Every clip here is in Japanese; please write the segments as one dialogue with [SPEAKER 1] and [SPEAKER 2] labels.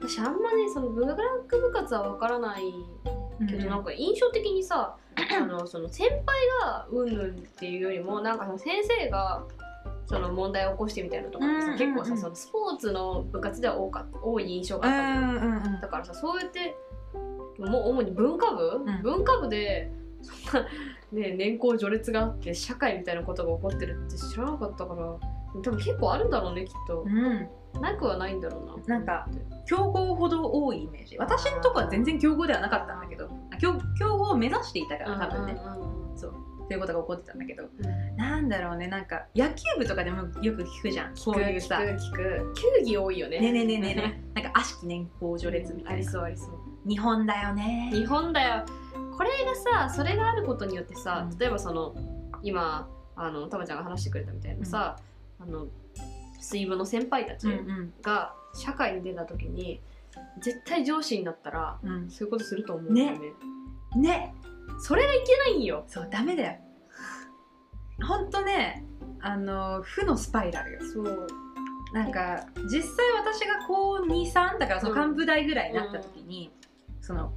[SPEAKER 1] 私あんまねそのブラック部活は分からないけど、なんか印象的にさあのその先輩がうんぬんっていうよりもなんかその先生がその問題を起こしてみたいなのとかってさ、
[SPEAKER 2] うん
[SPEAKER 1] 結構
[SPEAKER 2] う
[SPEAKER 1] さ
[SPEAKER 2] ん
[SPEAKER 1] そのスポーツの部活では多か多い印象が
[SPEAKER 2] う
[SPEAKER 1] あったのよ
[SPEAKER 2] んうんうん
[SPEAKER 1] だからさそうやってもう主に文化部、
[SPEAKER 2] うん
[SPEAKER 1] 文化部でそんな、ね、年功序列があって社会みたいなことが起こってるって知らなかったから多分結構あるんだろうねきっと
[SPEAKER 2] う、ん
[SPEAKER 1] なくはないんだろうな
[SPEAKER 2] なんか強豪ほど多いイメージ私のとこは全然強豪ではなかったんだけどあ強強豪を目指していたから多分ね、そういうことが起こってたんだけどなんだろうねなんか野球部とかでもよく聞くじゃん
[SPEAKER 1] そ
[SPEAKER 2] こ
[SPEAKER 1] う
[SPEAKER 2] う
[SPEAKER 1] い
[SPEAKER 2] いうう
[SPEAKER 1] さ
[SPEAKER 2] さ
[SPEAKER 1] 聞
[SPEAKER 2] ね
[SPEAKER 1] く聞く球技多いよね
[SPEAKER 2] ねねねねねなんか悪しき年功序列みた
[SPEAKER 1] あ
[SPEAKER 2] い
[SPEAKER 1] り
[SPEAKER 2] な、
[SPEAKER 1] そうありそう
[SPEAKER 2] 日本だよね
[SPEAKER 1] 日本だよこれがさそれがあることによってさ、
[SPEAKER 2] うん
[SPEAKER 1] 例えばその今あのたまちゃんが話してくれたみたいなさ、あの水分の先輩たち、
[SPEAKER 2] うん
[SPEAKER 1] が社会に出た時に絶対上司になったら
[SPEAKER 2] うん
[SPEAKER 1] そういうことすると思うんだよね
[SPEAKER 2] うんね
[SPEAKER 1] それがいけないんよ
[SPEAKER 2] そうダメだよほんとねあの負のスパイラルよ
[SPEAKER 1] そう
[SPEAKER 2] なんか実際私が高23だからその
[SPEAKER 1] うん
[SPEAKER 2] 幹部代ぐらいになった時に、その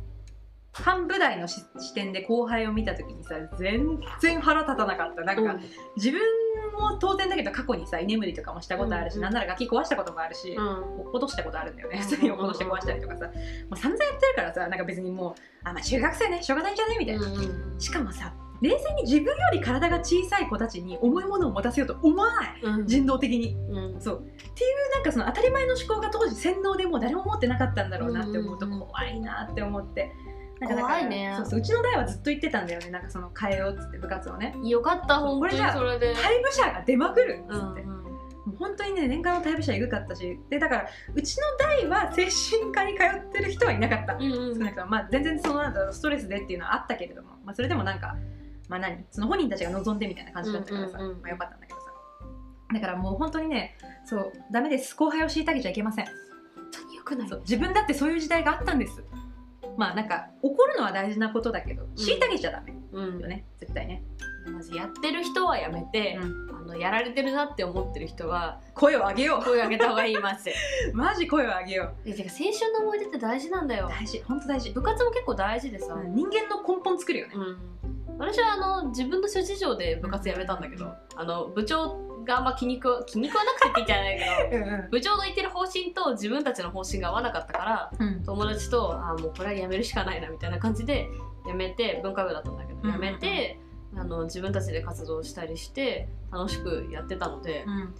[SPEAKER 2] 幹部代のし視点で後輩を見た時にさ全然腹立たなかったなんか、
[SPEAKER 1] うん
[SPEAKER 2] 自分も当然だけど過去にさ居眠りとかもしたことあるし、
[SPEAKER 1] うんうん
[SPEAKER 2] なんなら楽器壊したこともあるし、落としたことあるんだよね 普通に落として壊したりとかさもう散々やってるからさなんか別にもうあまあ中学生ねしょうがないんじゃねみたいな、
[SPEAKER 1] うん
[SPEAKER 2] しかもさ冷静に自分より体が小さい子たちに重いものを持たせようと思わない
[SPEAKER 1] うん
[SPEAKER 2] 人道的に
[SPEAKER 1] うん
[SPEAKER 2] そうっていうなんかその当たり前の思考が当時洗脳でもう誰も持ってなかったんだろうなって思うと
[SPEAKER 1] うんうんうん
[SPEAKER 2] 怖いなって思って。なんかだから
[SPEAKER 1] 怖いね
[SPEAKER 2] そうそううちの代はずっと言ってたんだよねなんかその変えようっつって部活をね
[SPEAKER 1] よかった
[SPEAKER 2] そう
[SPEAKER 1] 本当
[SPEAKER 2] これ
[SPEAKER 1] に
[SPEAKER 2] じゃあ
[SPEAKER 1] それで
[SPEAKER 2] 退部者が出まくるっ
[SPEAKER 1] う
[SPEAKER 2] つ
[SPEAKER 1] ん
[SPEAKER 2] っ
[SPEAKER 1] う
[SPEAKER 2] て、も
[SPEAKER 1] ん
[SPEAKER 2] う本当にね年間の退部者えぐかったしでだからうちの代は精神科に通ってる人はいなかった
[SPEAKER 1] うん
[SPEAKER 2] 少
[SPEAKER 1] う
[SPEAKER 2] なんくともまあ全然そのなんだろうストレスでっていうのはあったけれども、まあ、それでもなんかまあ何その本人たちが望んでみたいな感じだったからさ、
[SPEAKER 1] うんうんうん
[SPEAKER 2] まあ、よかったんだけどさだからもう本当にねそうダメです後輩を虐げちゃいけません
[SPEAKER 1] 本当によくない
[SPEAKER 2] そう自分だってそういう時代があったんですまあなんか怒るのは大事なことだけど虐げちゃダメ
[SPEAKER 1] うん
[SPEAKER 2] よね、絶対ね
[SPEAKER 1] まずやってる人はやめて
[SPEAKER 2] う
[SPEAKER 1] あのやられてるなって思ってる人は
[SPEAKER 2] 声を上げよ
[SPEAKER 1] 声を上げた方がいいますえ
[SPEAKER 2] うマジ声を上げよう
[SPEAKER 1] てか青春の思い出って大事なんだよ
[SPEAKER 2] 大事本当大事、
[SPEAKER 1] 部活も結構大事でさ
[SPEAKER 2] うん人間の根本作るよね
[SPEAKER 1] うん、私はあの自分の諸事情で部活辞めたんだけど、あの部長があんま気に食わ気に食わなくてって言っちゃないけど
[SPEAKER 2] うん
[SPEAKER 1] 部長の言ってる方針と自分たちの方針が合わなかったから
[SPEAKER 2] うん
[SPEAKER 1] 友達とあーもうこれは辞めるしかないなみたいな感じで辞めて文化部だったんだけ
[SPEAKER 2] うん
[SPEAKER 1] ど辞めて、あの自分たちで活動したりして楽しくやってたので、
[SPEAKER 2] うん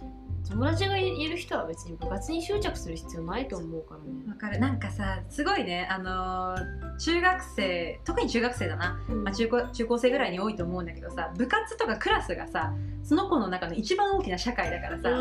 [SPEAKER 1] 友達がいる人は別に部活に執着する必要ないと思うからね。
[SPEAKER 2] わかるなんかさすごいねあのー中学生特に中学生だな、まあ、中高中高生ぐらいに多いと思うんだけどさ部活とかクラスがさその子の中の一番大きな社会だからさ、
[SPEAKER 1] う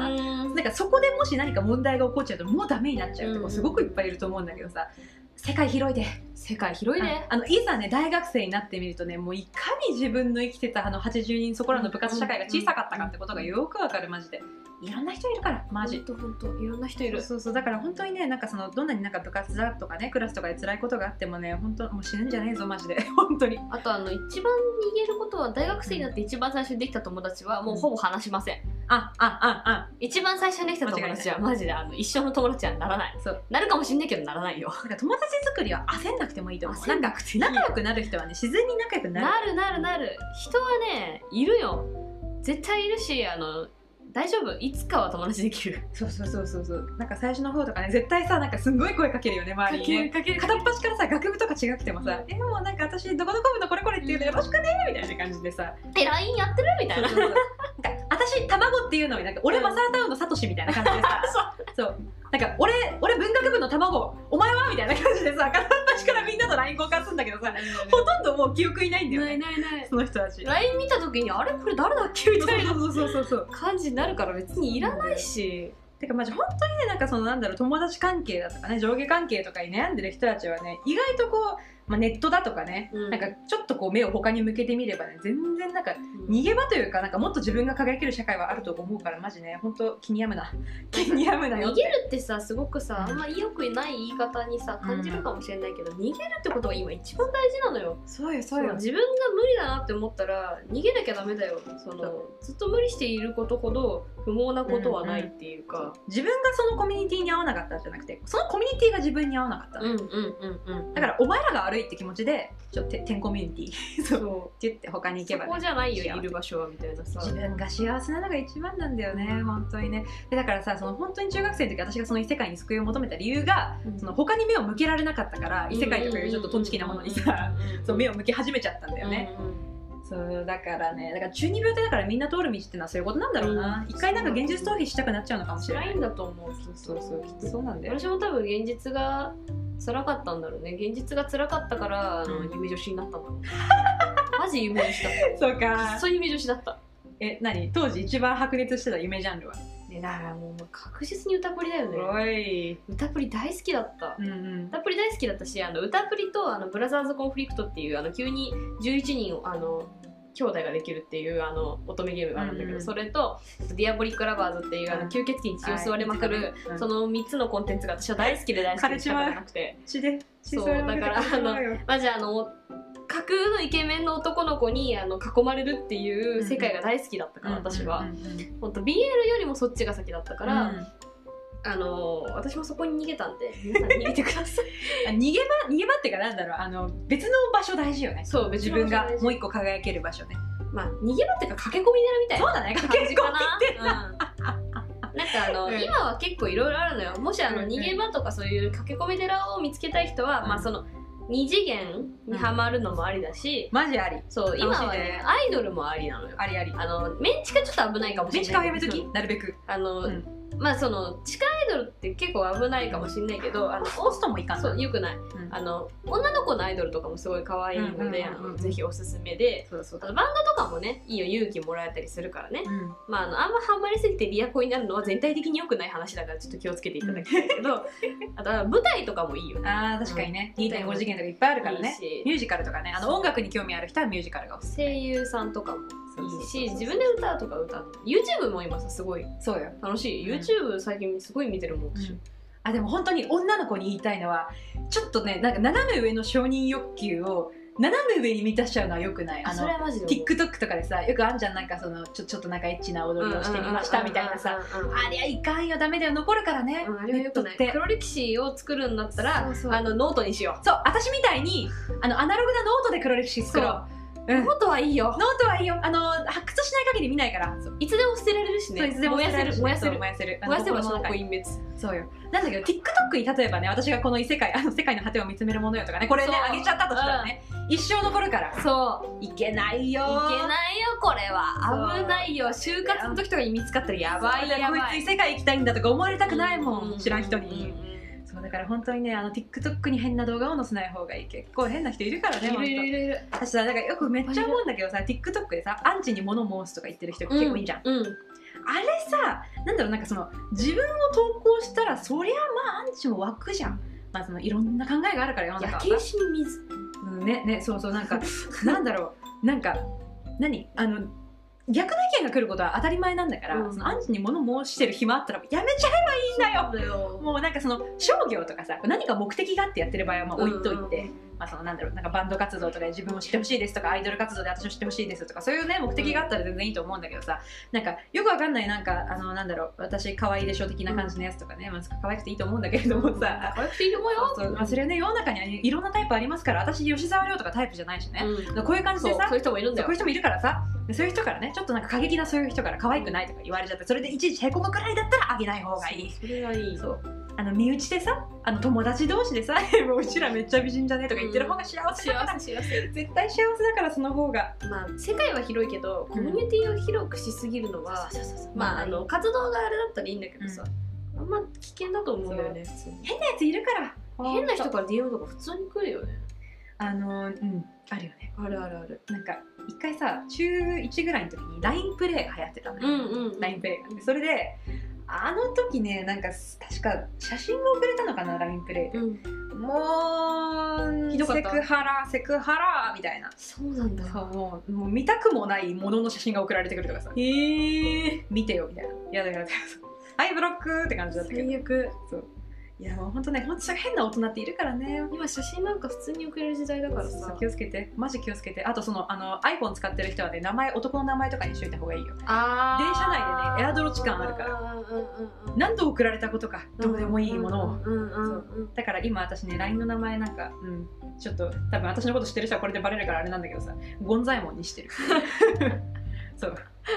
[SPEAKER 1] ん
[SPEAKER 2] なんかそこでもし何か問題が起こっちゃうともうダメになっちゃうって
[SPEAKER 1] うんう
[SPEAKER 2] 子
[SPEAKER 1] ん
[SPEAKER 2] すごくいっぱいいると思うんだけどさ世界広いで
[SPEAKER 1] 世界広いね
[SPEAKER 2] ああのいざね大学生になってみるとねもういかに自分の生きてたあの80人そこらの部活社会が小さかったかってことがよくわかるマジでいろんな人いるからマジ
[SPEAKER 1] ほんとほんといろんな人いる
[SPEAKER 2] そうそうだから本当にねなんかそのどんなになんか部活だとかねクラスとかで辛いことがあってもね本当もう死ぬんじゃねえぞマ ジで本当に
[SPEAKER 1] あとあの一番言えることは大学生になって一番最初にできた友達はもうほぼ話しません、
[SPEAKER 2] ああああ
[SPEAKER 1] 一番最初にできた友達はマジであの一生の友達はならない
[SPEAKER 2] そう
[SPEAKER 1] なるかもしんないけどならないよ
[SPEAKER 2] なんか友達作りは焦んなくてもいいと思う
[SPEAKER 1] 焦んな
[SPEAKER 2] くて仲良くなる人はね自然に仲良くなる
[SPEAKER 1] なるなるなる人はねいるよ絶対いるしあの大丈夫いつかは友達できる
[SPEAKER 2] そうそうそうそうそうなんか最初の方とかね絶対さなんかすんごい声かけるよね周りにね
[SPEAKER 1] かける
[SPEAKER 2] 片っ端からさ学部とか違くてもさ「
[SPEAKER 1] う
[SPEAKER 2] えもうなんか私どこどこ部のこれこれっていうのよろしくね」みたいな感じでさ
[SPEAKER 1] え LINE やってるみたいな
[SPEAKER 2] そうそうそうなんか私卵っていうのになんか俺マサラタウンのサトシみたいな感じでさ そうなんか俺俺文学部の卵お前はみたいな感じでさ片っ端からみんなと LINE 交換するんだけどさほとんどもう記憶いないんだよ
[SPEAKER 1] な
[SPEAKER 2] ね
[SPEAKER 1] いないない
[SPEAKER 2] その人たち
[SPEAKER 1] LINE 見た時にあれこれ誰だっけみた いな
[SPEAKER 2] そうそうそうそうそう
[SPEAKER 1] 感じになるから別にいらないして
[SPEAKER 2] かまじ本当にねなんかそのなんだろう友達関係だとかね上下関係とかに悩んでる人たちはね意外とこうまあ、ネットだとかね、
[SPEAKER 1] うん
[SPEAKER 2] なんかちょっとこう目を他に向けてみればね全然なんか逃げ場というかなんかもっと自分が輝ける社会はあると思うからマジね本当気に病む な気に病むなよ
[SPEAKER 1] 逃
[SPEAKER 2] っ
[SPEAKER 1] げ
[SPEAKER 2] て
[SPEAKER 1] るってさすごくさあんま良くない言い方にさ感じるかもしれないけど、逃げるってことが今一番大事なのよ
[SPEAKER 2] そうよ
[SPEAKER 1] そう自分が無理だなって思ったら逃げなきゃダメだよそ
[SPEAKER 2] そ
[SPEAKER 1] のずっと無理していることほど不毛なことはないっていうか、
[SPEAKER 2] 自分がそのコミュニティに合わなかったんじゃなくてそのコミュニティが自分に合わなかった、
[SPEAKER 1] うん、うんうんうん
[SPEAKER 2] だからお前らが悪いって気持ちでちょっとてんコミュニティ
[SPEAKER 1] そ
[SPEAKER 2] そうって
[SPEAKER 1] う
[SPEAKER 2] 言って他に行け
[SPEAKER 1] そ
[SPEAKER 2] ば、ね
[SPEAKER 1] こ、じゃないよ
[SPEAKER 2] 幸せ
[SPEAKER 1] いる場所はみたいなさ
[SPEAKER 2] 自分が幸せなのが一番なんだよね本当にねでだからさその本当に中学生の時私がその異世界に救いを求めた理由がその他に目を向けられなかったから異世界とかいうちょっとトンチキなものにさそう目
[SPEAKER 1] を
[SPEAKER 2] を向け始めちゃったんだよね、、
[SPEAKER 1] うんうん
[SPEAKER 2] そうだからねだから中二病ってだからみんな通る道ってのはそういうことなんだろうな、
[SPEAKER 1] うん
[SPEAKER 2] 一回なんか現実逃避したくなっちゃうのかもしれな
[SPEAKER 1] 辛
[SPEAKER 2] い
[SPEAKER 1] いんだと思うそうそうそうきつい
[SPEAKER 2] そうなんだよ
[SPEAKER 1] 私も多分現実が辛かったんだろうね現実が辛かったからあの、
[SPEAKER 2] うん
[SPEAKER 1] 夢女子になった んだろうマジ夢女子だっ
[SPEAKER 2] そう
[SPEAKER 1] たくっ
[SPEAKER 2] か
[SPEAKER 1] そ夢女子だった
[SPEAKER 2] え何当時一番白熱してた夢ジャンルは
[SPEAKER 1] ねだからもう確実に歌プリだよね
[SPEAKER 2] い
[SPEAKER 1] 歌プリ大好きだった
[SPEAKER 2] うんうん
[SPEAKER 1] 歌プリ大好きだったしあの歌プリとあのブラザーズ・コンフリクトっていうあの急に11人をあの兄弟ができるっていうあの乙女ゲームがあるんだけど、
[SPEAKER 2] うん
[SPEAKER 1] それと「ディアボリック・ラバーズ」っていうあ
[SPEAKER 2] うん
[SPEAKER 1] の吸血鬼に血を吸われまくる、
[SPEAKER 2] はい
[SPEAKER 1] その3つのコンテンツが私は大好きで大好きで仕方がなくて
[SPEAKER 2] 血で血
[SPEAKER 1] そう
[SPEAKER 2] 吸われまくって
[SPEAKER 1] だから
[SPEAKER 2] 枯れちまうよ
[SPEAKER 1] マジあの架空のイケメンの男の子にあの囲まれるっていう世界が大好きだったから、私は、
[SPEAKER 2] うんうんうん
[SPEAKER 1] ほんと BL よりもそっちが先だったから、あの私もそこに逃げたんで皆 さん逃げてください
[SPEAKER 2] あ逃げ場逃げ場っていうかなんだろうあの別の場所大事よね
[SPEAKER 1] そう
[SPEAKER 2] 自分がもう一個輝ける場所ね
[SPEAKER 1] まあ逃げ場っていうか駆け込み寺みたい
[SPEAKER 2] そ
[SPEAKER 1] な
[SPEAKER 2] うだね
[SPEAKER 1] 感
[SPEAKER 2] 駆
[SPEAKER 1] じ
[SPEAKER 2] け
[SPEAKER 1] か
[SPEAKER 2] 込
[SPEAKER 1] な
[SPEAKER 2] み
[SPEAKER 1] うんなんかあの、
[SPEAKER 2] うん
[SPEAKER 1] 今は結構いろいろあるのよもしあの
[SPEAKER 2] うんうん
[SPEAKER 1] 逃げ場とかそういう駆け込み寺を見つけたい人は、
[SPEAKER 2] うん
[SPEAKER 1] まあその二次元にハマるのもありだし、
[SPEAKER 2] マジあり
[SPEAKER 1] そう今は
[SPEAKER 2] 楽しい
[SPEAKER 1] ね
[SPEAKER 2] ね
[SPEAKER 1] アイドルもありなのよ
[SPEAKER 2] ありあり
[SPEAKER 1] あのメンチカちょっと危ないかもしれな
[SPEAKER 2] メン
[SPEAKER 1] い
[SPEAKER 2] チカはやめと
[SPEAKER 1] そ
[SPEAKER 2] き
[SPEAKER 1] う
[SPEAKER 2] なるべく
[SPEAKER 1] あの、
[SPEAKER 2] うん
[SPEAKER 1] まあその地下アイドルって結構危ないかもしれないけどあの
[SPEAKER 2] 押すともいかん
[SPEAKER 1] そうよくない、
[SPEAKER 2] ん
[SPEAKER 1] あの女の子のアイドルとかもすごい可愛いので、
[SPEAKER 2] うんうんうんうん
[SPEAKER 1] あのぜひおすすめで
[SPEAKER 2] そうそう
[SPEAKER 1] あの漫画とかもねいいよ勇気もらえたりするからね、
[SPEAKER 2] うん
[SPEAKER 1] まあ、あのあんまハマりすぎてリアコになるのは全体的に良くない話だからちょっと気をつけていただきたいけど、 あとは舞台とかもいいよね
[SPEAKER 2] あー確かにね2.5次元とかいっぱいあるからね
[SPEAKER 1] いいし
[SPEAKER 2] ミュージカルとかねあの音楽に興味ある人はミュージカルがおすす
[SPEAKER 1] 声優さんとかも
[SPEAKER 2] め
[SPEAKER 1] いいし
[SPEAKER 2] そうそうそう
[SPEAKER 1] 自分で歌うとか歌う YouTube も今さすごい
[SPEAKER 2] そうよ
[SPEAKER 1] 楽しい
[SPEAKER 2] うん
[SPEAKER 1] YouTube 最近すごい見てるもん私、
[SPEAKER 2] うんあでも本当に女の子に言いたいのはちょっとねなんか斜め上の承認欲求を斜め上に満たしちゃうのはよくない
[SPEAKER 1] あ
[SPEAKER 2] あ
[SPEAKER 1] そ
[SPEAKER 2] の
[SPEAKER 1] れはマジで思う
[SPEAKER 2] TikTok とかでさよくあんじゃんなんかそのちょちょっとなんかエッチな踊りをしてみましたみたいなさ
[SPEAKER 1] うんうんうんうんうん
[SPEAKER 2] ありゃいかんよダメだよ残るからね、
[SPEAKER 1] うんあれはよくない
[SPEAKER 2] ネットって
[SPEAKER 1] 黒歴史を作るんだったら
[SPEAKER 2] そうそう
[SPEAKER 1] あのノートにしよ
[SPEAKER 2] そう私みたいにあのアナログなノートで黒歴史作ろうう
[SPEAKER 1] う、
[SPEAKER 2] ん、ノ
[SPEAKER 1] ノートはいいよ
[SPEAKER 2] ートはいいよあの発掘しない限り見ないからそう
[SPEAKER 1] いつでも捨てられるしね
[SPEAKER 2] そういつでも
[SPEAKER 1] 燃やせる燃やせる
[SPEAKER 2] 燃やせる
[SPEAKER 1] 燃やせば
[SPEAKER 2] あ
[SPEAKER 1] そ
[SPEAKER 2] の
[SPEAKER 1] の子
[SPEAKER 2] 心
[SPEAKER 1] 隠滅
[SPEAKER 2] 中にそうよなんだけど TikTok に例えばね私がこの異世界あの世界の果てを見つめるものよとかねこれね
[SPEAKER 1] そう
[SPEAKER 2] あげちゃったとしたらね、一生残るから
[SPEAKER 1] そう
[SPEAKER 2] いけないよ
[SPEAKER 1] いけ
[SPEAKER 2] い
[SPEAKER 1] ないよこれは
[SPEAKER 2] そう
[SPEAKER 1] 危ないよ就活の時とかに見つかったらやばいやば
[SPEAKER 2] こい
[SPEAKER 1] い
[SPEAKER 2] つ異世界行きたいんだとか思われたくないもん、
[SPEAKER 1] う
[SPEAKER 2] 知らん人に、
[SPEAKER 1] うん
[SPEAKER 2] そうだから本当にねあの TikTok に変な動画を載せない方がいい結構変な人いるからね
[SPEAKER 1] いるいるいるいる
[SPEAKER 2] 本当私さだからよくめっちゃ思うんだけどさ TikTok でさアンチに物申すとか言ってる人結構いいじゃん、
[SPEAKER 1] うん
[SPEAKER 2] あれさなんだろうなんかその自分を投稿したらそりゃまあアンチも湧くじゃんまあそのいろんな考えがあるから世の中は
[SPEAKER 1] 焼け石に水
[SPEAKER 2] うんねねそうそうなんかなんだろうなんか何あの逆の意見が来ることは当たり前なんだから、
[SPEAKER 1] うん
[SPEAKER 2] そのアンチに物申してる暇あったらやめちゃえばいいんだ
[SPEAKER 1] だ
[SPEAKER 2] よ
[SPEAKER 1] よ
[SPEAKER 2] もうなんかその商業とかさ何か目的があってやってる場合はまあ置いといて、まあ、そのなんだろうなんかバンド活動とかで自分を知ってほしいですとかアイドル活動で私を知ってほしいですとかそういうね目的があったら全然いいと思うんだけどさなんかよくわかんないなんかあのなんだろう私可愛いでしょ的な感じのやつとかね、まあ、可愛くていいと思うんだけれどもさ、
[SPEAKER 1] 可愛くていいと思うよ
[SPEAKER 2] そうまあ、それはね世の中にはいろんなタイプありますから私吉沢亮とかタイプじゃないしね、
[SPEAKER 1] うん
[SPEAKER 2] こういう感じ
[SPEAKER 1] そう
[SPEAKER 2] で
[SPEAKER 1] そ
[SPEAKER 2] さ
[SPEAKER 1] ういう人もいるんだ
[SPEAKER 2] そ
[SPEAKER 1] よ
[SPEAKER 2] うこういう人もいるからさそういう人からねちょっとなんか過激なそういう人から可愛くないとか言われちゃってそれでいちいちへこむくらいだったらあげない方がいい
[SPEAKER 1] そうそれがいい
[SPEAKER 2] そうあの身内でさあの友達同士でさ 「もううちらめっちゃ美人じゃね」とか言ってる方が幸せだから、
[SPEAKER 1] 幸せ幸せ
[SPEAKER 2] 絶対幸せだからその方が
[SPEAKER 1] まあ世界は広いけどコミュニティを広くしすぎるのはまああの活動があれだったらいいんだけどさあんま危険だと思うんだよね普通に
[SPEAKER 2] 変なやついるから
[SPEAKER 1] 変な人から DM とか普通に来るよね
[SPEAKER 2] あのうんあるよね
[SPEAKER 1] あるあるある
[SPEAKER 2] なんか一回さ中1ぐらいの時に LINE プレイが流行ってたのよ、
[SPEAKER 1] うんうんうん
[SPEAKER 2] LINE プレイがそれであの時ねなんか確か写真が送れたのかなラインプレイで、もう
[SPEAKER 1] ひどかっ
[SPEAKER 2] セ
[SPEAKER 1] た
[SPEAKER 2] クハラセクハラみたいな
[SPEAKER 1] そうなんだ
[SPEAKER 2] そうもうもう見たくもないものの写真が送られてくるとかさ
[SPEAKER 1] へえ
[SPEAKER 2] 見てよみたいないやだから はいブロックって感じだったけど
[SPEAKER 1] 最悪
[SPEAKER 2] いやもう本当ね本当変な大人っているからね
[SPEAKER 1] 今写真なんか普通に送れる時代だからさ
[SPEAKER 2] 気をつけてマジ気をつけてあとそのあの iPhone 使ってる人はね名前男の名前とかにしといた方がいいよ
[SPEAKER 1] あ
[SPEAKER 2] 電車内でねエアドロ時間あるから
[SPEAKER 1] ら
[SPEAKER 2] 何度送られたことかどうでもいいものを、
[SPEAKER 1] うんうんうんうん
[SPEAKER 2] だから今私ね LINE の名前なんか、うん、ちょっと多分私のこと知ってる人はこれでバレるからあれなんだけどさゴンザイモンにしてるそう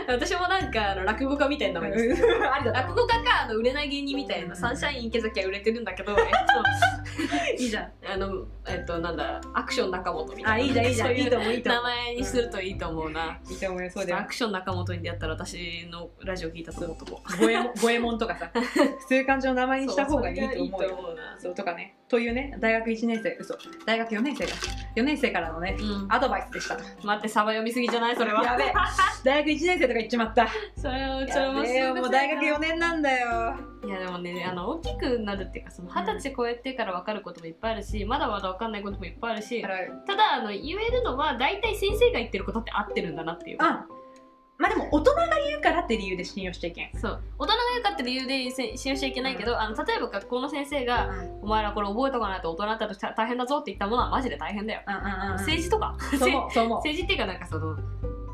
[SPEAKER 1] 私もなんかあの落語家みたいな名前です
[SPEAKER 2] ありだ
[SPEAKER 1] 落語家かあの売れない芸人みたいなサンシャイン池崎は売れてるんだけど、えっ
[SPEAKER 2] いいじゃん
[SPEAKER 1] と、あのえっとなんだアクション中本みた
[SPEAKER 2] あ
[SPEAKER 1] いない
[SPEAKER 2] いじゃんい
[SPEAKER 1] そう
[SPEAKER 2] いじゃんい
[SPEAKER 1] い
[SPEAKER 2] いうと思ういいと思
[SPEAKER 1] 名前にするといいと思うな、
[SPEAKER 2] ういいと思うよ
[SPEAKER 1] ちょ
[SPEAKER 2] そ
[SPEAKER 1] っ
[SPEAKER 2] うだ
[SPEAKER 1] と
[SPEAKER 2] よ
[SPEAKER 1] アクション中本に出会ったら私のラジオ聞いたと思うとこ
[SPEAKER 2] 五右衛門 五右衛門とかさそういう感じの名前にした方がいいと思うよ
[SPEAKER 1] 思うな
[SPEAKER 2] そうとかねというね大学1年生嘘大学4年生だ4年生からのね
[SPEAKER 1] うん、
[SPEAKER 2] アドバイスでしたと
[SPEAKER 1] 待ってサバ読みすぎじゃないそれは
[SPEAKER 2] やべえ大学1年生とか言っちまった
[SPEAKER 1] それはうち
[SPEAKER 2] や
[SPEAKER 1] も
[SPEAKER 2] べえよもう大学4年なんだよ
[SPEAKER 1] いやでもねあの大きくなるっていうかその二十歳超えてから分かることもいっぱいあるし、まだまだ分かんないこともいっぱいあるし
[SPEAKER 2] だから
[SPEAKER 1] ただあの言えるのは大体先生が言ってることって合ってるんだなっていう
[SPEAKER 2] あまあでも大人が言うからって理由で信用しちゃいけん
[SPEAKER 1] そう大人が良かった理由でせ信用しちゃいけないけど、あの例えば学校の先生が「お前らこれ覚えとかないと大人になったらた大変だぞ」って言ったものはマジで大変だよ、
[SPEAKER 2] うんうんうん
[SPEAKER 1] 政治とか
[SPEAKER 2] そう思うそう思う
[SPEAKER 1] 政治っていうかなんかその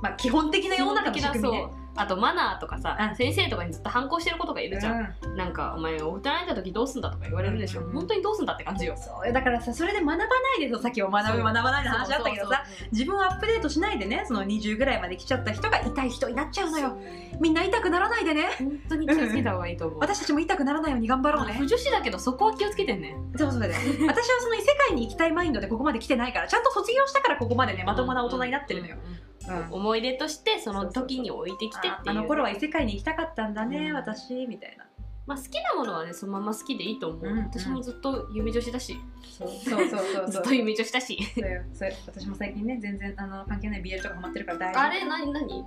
[SPEAKER 2] まあ基本的な世の中の仕組み
[SPEAKER 1] そう
[SPEAKER 2] ね
[SPEAKER 1] あとマナーとかさ、
[SPEAKER 2] うん
[SPEAKER 1] 先生とかにずっと反抗してることがいるじゃん、
[SPEAKER 2] うん
[SPEAKER 1] なんかお前大人になった時どうすんだとか言われるでしょ、
[SPEAKER 2] うんうんうん
[SPEAKER 1] 本当にどうすんだって感じよ
[SPEAKER 2] そうよだからさそれで学ばないでささっきも学ぶ学ばないの話あったけどさ自分をアップデートしないでねその20ぐらいまで来ちゃった人が痛い人になっちゃうのよみんな痛くならないでね
[SPEAKER 1] 本当に気をつけた方がいいと思う。
[SPEAKER 2] 私たちも痛くならないように頑張ろう
[SPEAKER 1] あの
[SPEAKER 2] ね
[SPEAKER 1] 不女子だけどそこは気をつけてね。
[SPEAKER 2] そうそうだね私はその異世界に行きたいマインドでここまで来てないからちゃんと卒業したからここまでねまともな大人になってるのよ、うん
[SPEAKER 1] うん。思い出としてその時に置いてきてっていう。
[SPEAKER 2] ああの頃は異世界に行きたかったんだね、
[SPEAKER 1] うん
[SPEAKER 2] 私みたいな
[SPEAKER 1] まあ好きなものはねそのまま好きでいいと思う。
[SPEAKER 2] うんうん
[SPEAKER 1] 私もずっと夢女子だし、
[SPEAKER 2] そうそうそうそう
[SPEAKER 1] ず
[SPEAKER 2] そ
[SPEAKER 1] っ
[SPEAKER 2] う
[SPEAKER 1] と夢女子だし。
[SPEAKER 2] そうよそうよ私も最近ね全然あの関係ない BL とかハマってるから大
[SPEAKER 1] あれ何何？